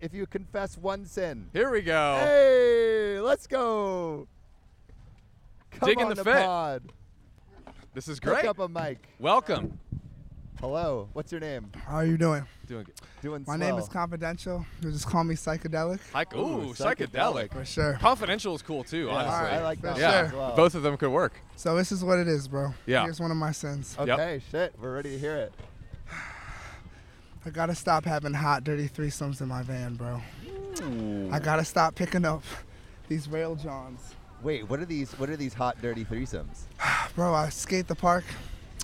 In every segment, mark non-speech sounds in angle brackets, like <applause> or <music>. if you confess one sin. Here we go. Hey, let's go. Come Dig in on the the fit. pod. This is Pick great. up a mic. Welcome. Hello. What's your name? How are you doing? Doing good. Doing My name swell. is Confidential. You just call me psychedelic Hike. Ooh, Ooh, psychedelic. psychedelic. for sure. Confidential is cool too, Yeah, honestly. I like that. For yeah, one as well. both of them could work. So this is what it is, bro. Yeah. Here's one of my sins. Yep. Okay, shit. We're ready to hear it. I gotta stop having hot, dirty threesomes in my van, bro. I gotta stop picking up these rail johns. Wait, what are these? What are these hot, dirty threesomes? Bro, I skate the park.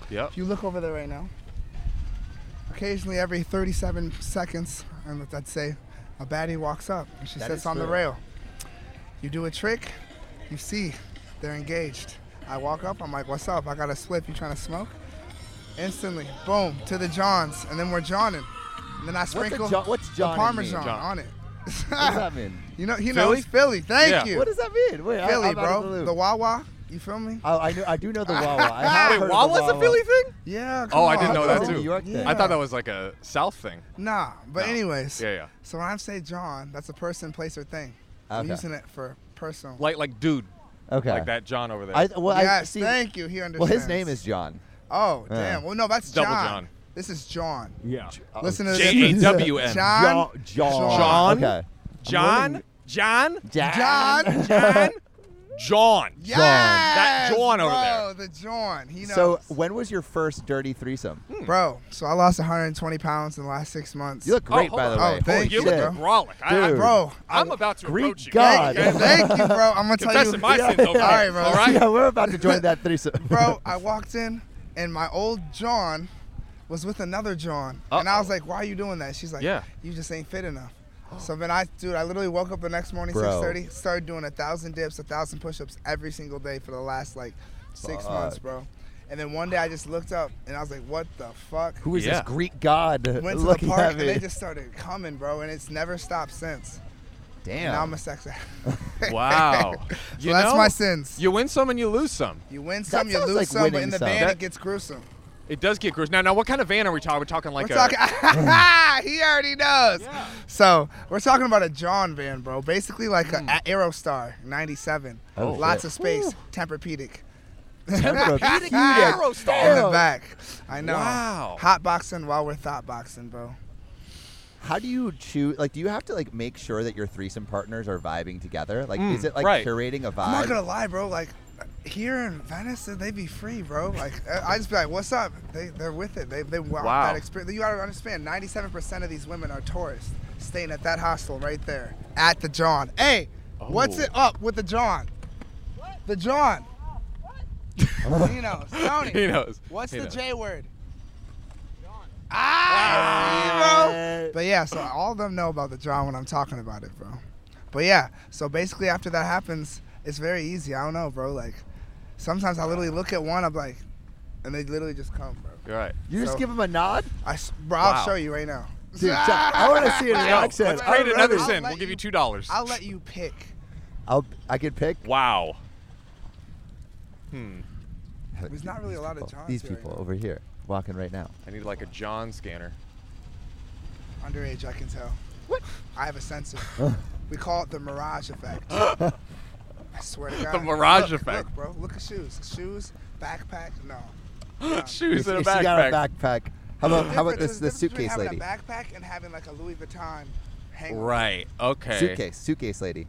Yep. If you look over there right now, occasionally every 37 seconds, and what I'd say, a baddie walks up and she That sits is on the true. rail. You do a trick, you see they're engaged. I walk up, I'm like, what's up? I got a slip, you trying to smoke? Instantly, boom, to the Johns, and then we're Johning. And then I a sprinkle Jo- what's the Johning mean? Parmesan John. on it. What does that mean? <laughs> you know, he Philly? knows Philly. Thank Yeah. you. What does that mean? Wait, I, Ah, Philly, I'm Out of the, bro. loop. The Wawa, you feel me? I, I, knew, I do know <laughs> the Wawa. I have Wait, heard of Wawa's the a Philly thing? Yeah. Oh, come I on, didn't know bro. that New too. York thing. I thought that was like a South thing. Nah, but No. anyways. Yeah, yeah. So when I say John, that's a person, place, or thing. I'm Okay. using it for personal. Like like dude, Okay. like that John over there. I, well, I, yes, see, thank you. He well, understands. his name is Uh. John. Oh, Yeah. damn. Well, no, that's Double John. John. This is John. yeah. Listen to this. J A W N. John. John. John. John. Okay. John. John. John. John. John. John. Yes, That John over bro, The John. He knows. Hmm. So, when was your first dirty threesome? Hmm. bro, so I lost 120 pounds in the last six months. You look great, hold by the on. way. Oh, thank Holy you. you, shit. look brolic. I, I, Dude. bro. I'm about to Greek approach you. God. Thank, thank you, bro. <laughs> I'm gonna tell you. Confessing <laughs> my sins over here. All right, <laughs> bro. All right. Yeah, we're about to join <laughs> that threesome. bro, I walked in and my old John was with another John. And I was Uh-oh. like, why are you doing that? She's like, Yeah. you just ain't fit enough. So then I, dude, I literally woke up the next morning, Bro. 6.30, started doing a thousand dips, a thousand push-ups every single day for the last like six Fuck. months, bro. And then one day I just looked up and I was like, what the fuck? <laughs> Who is Yeah. this Greek god Went to the looking park at and me? they just started coming, bro. And it's never stopped since. Damn. <laughs> Now I'm a sex addict. Wow. so <laughs> You that's know, my sins. You, You win some and you lose some. win some, you sounds lose like some, but winning in the some. band That- it gets gruesome. It does get gruesome. Now, now, what kind of van are we talking? We're talking like we're a. <laughs> <laughs> talking. he already knows. Yeah. So we're talking about a John van, bro. Basically like Hmm. an Aerostar '97. Oh, Lots shit. of space. Tempur-Pedic. <laughs> Tempur-Pedic? In the Aerostar. back. I know. Wow. Hot boxing while we're thought boxing, bro. How do you choose? Like, do you have to like make sure that your threesome partners are vibing together? Like, Mm, is it like right. curating a vibe? <laughs> I'm not gonna lie, bro. Like here in Venice, they be free, bro. Like I I just be like, what's up? They they're with it. They they want Wow. that experience. You gotta understand, 97% of these women are tourists staying at that hostel right there at the John. Hey, what's Oh. it up with the John? The John. <laughs> you know, <laughs> Sony. he knows. What's He the knows. J word? Ah, Ah. bro. But yeah, so all of them know about the John when I'm talking about it, bro. But yeah, so basically after that happens, it's very easy. I don't know, bro. Like sometimes I literally look at one, I'm like, and they literally just come, bro. You're right. you just So- give him a nod, I, s- bro, Wow. I'll show you right now. dude. Chuck, I want to see an <laughs> Yo, reaction. let's create another I'll sin. let We'll give you- you two dollars. I'll let you pick. I'll, I could pick. <laughs> Wow. Hmm. There's not really a lot of people, Johns These here right people now. over here walking right now. I need like a John scanner. Underage, I can tell. What? I have <laughs> a sensor. we call it the mirage effect. <laughs> I swear to God. mirage Look, effect. Look, bro, look at shoes. Shoes, backpack, no. <laughs> Shoes She- in a She got a backpack. backpack. How about how about Difference this is the difference between suitcase lady? Having a backpack and having like a Louis Vuitton hanger. Right. Okay. Suitcase, suitcase lady.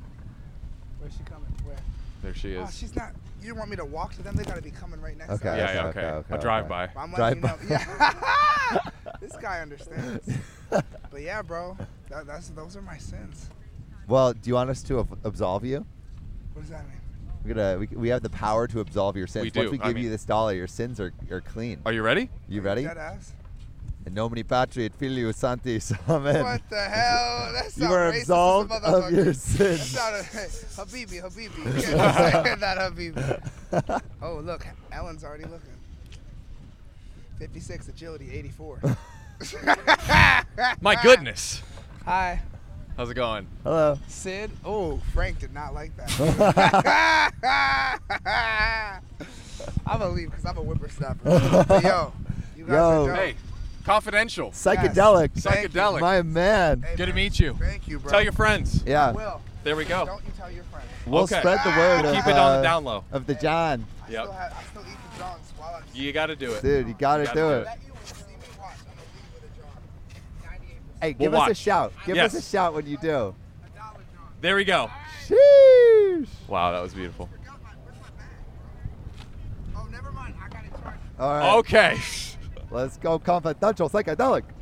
<laughs> Where's she coming? Where? There she Oh, is. she's not. You want me to walk to them? They gotta be coming right next. Okay. To yeah. us. Yeah. okay, Okay. okay, a drive by. But I'm letting Drive you know. <laughs> Yeah. this guy understands. But yeah, bro, that, that's those are my sins. Well, do you want us to ab- absolve you? What does that mean? We're gonna we, we have the power to absolve your sins. We do, Once we I give you mean- this dollar, your sins are, are clean. Are you ready? you ready? Dead ass. In nomine patri et filii <laughs> sanctis. Amen. What the hell? That's You are absolved of your sins. <laughs> Habibi, <laughs> Habibi. You can't say that Habibi. Oh, look, Ellen's already looking. 56 agility, 84. My goodness. Hi, How's it going? Hello. Sid. Oh, Frank did not like <laughs> <laughs> that. I'm gonna leave because I'm a whippersnapper. But yo, you guys Yo. are dope. Hey, Confidential. Psychedelic. Thank you. Psychedelic. My man. Hey, Good to man. meet you. Thank you, bro. Tell your friends. Yeah. Will. There we go. Don't you tell your friends. We'll Okay. spread the word of, Keep it on uh, the down low. of the John. I Yep. still have, I still eat the Johns while I'm You got to do it. Dude, you Gotta gotta, do do it. Let you when you see me watch. I'm gonna leave with a John. 98%. Hey, give us a watch. shout. Give Yes. us a shout when you do. A dollar John. There we go. Sheesh. Wow, that was beautiful. Forgot my, where's my bag, bro? Oh, never mind. I got it charged. All right. Okay. Let's go confidential psychedelic.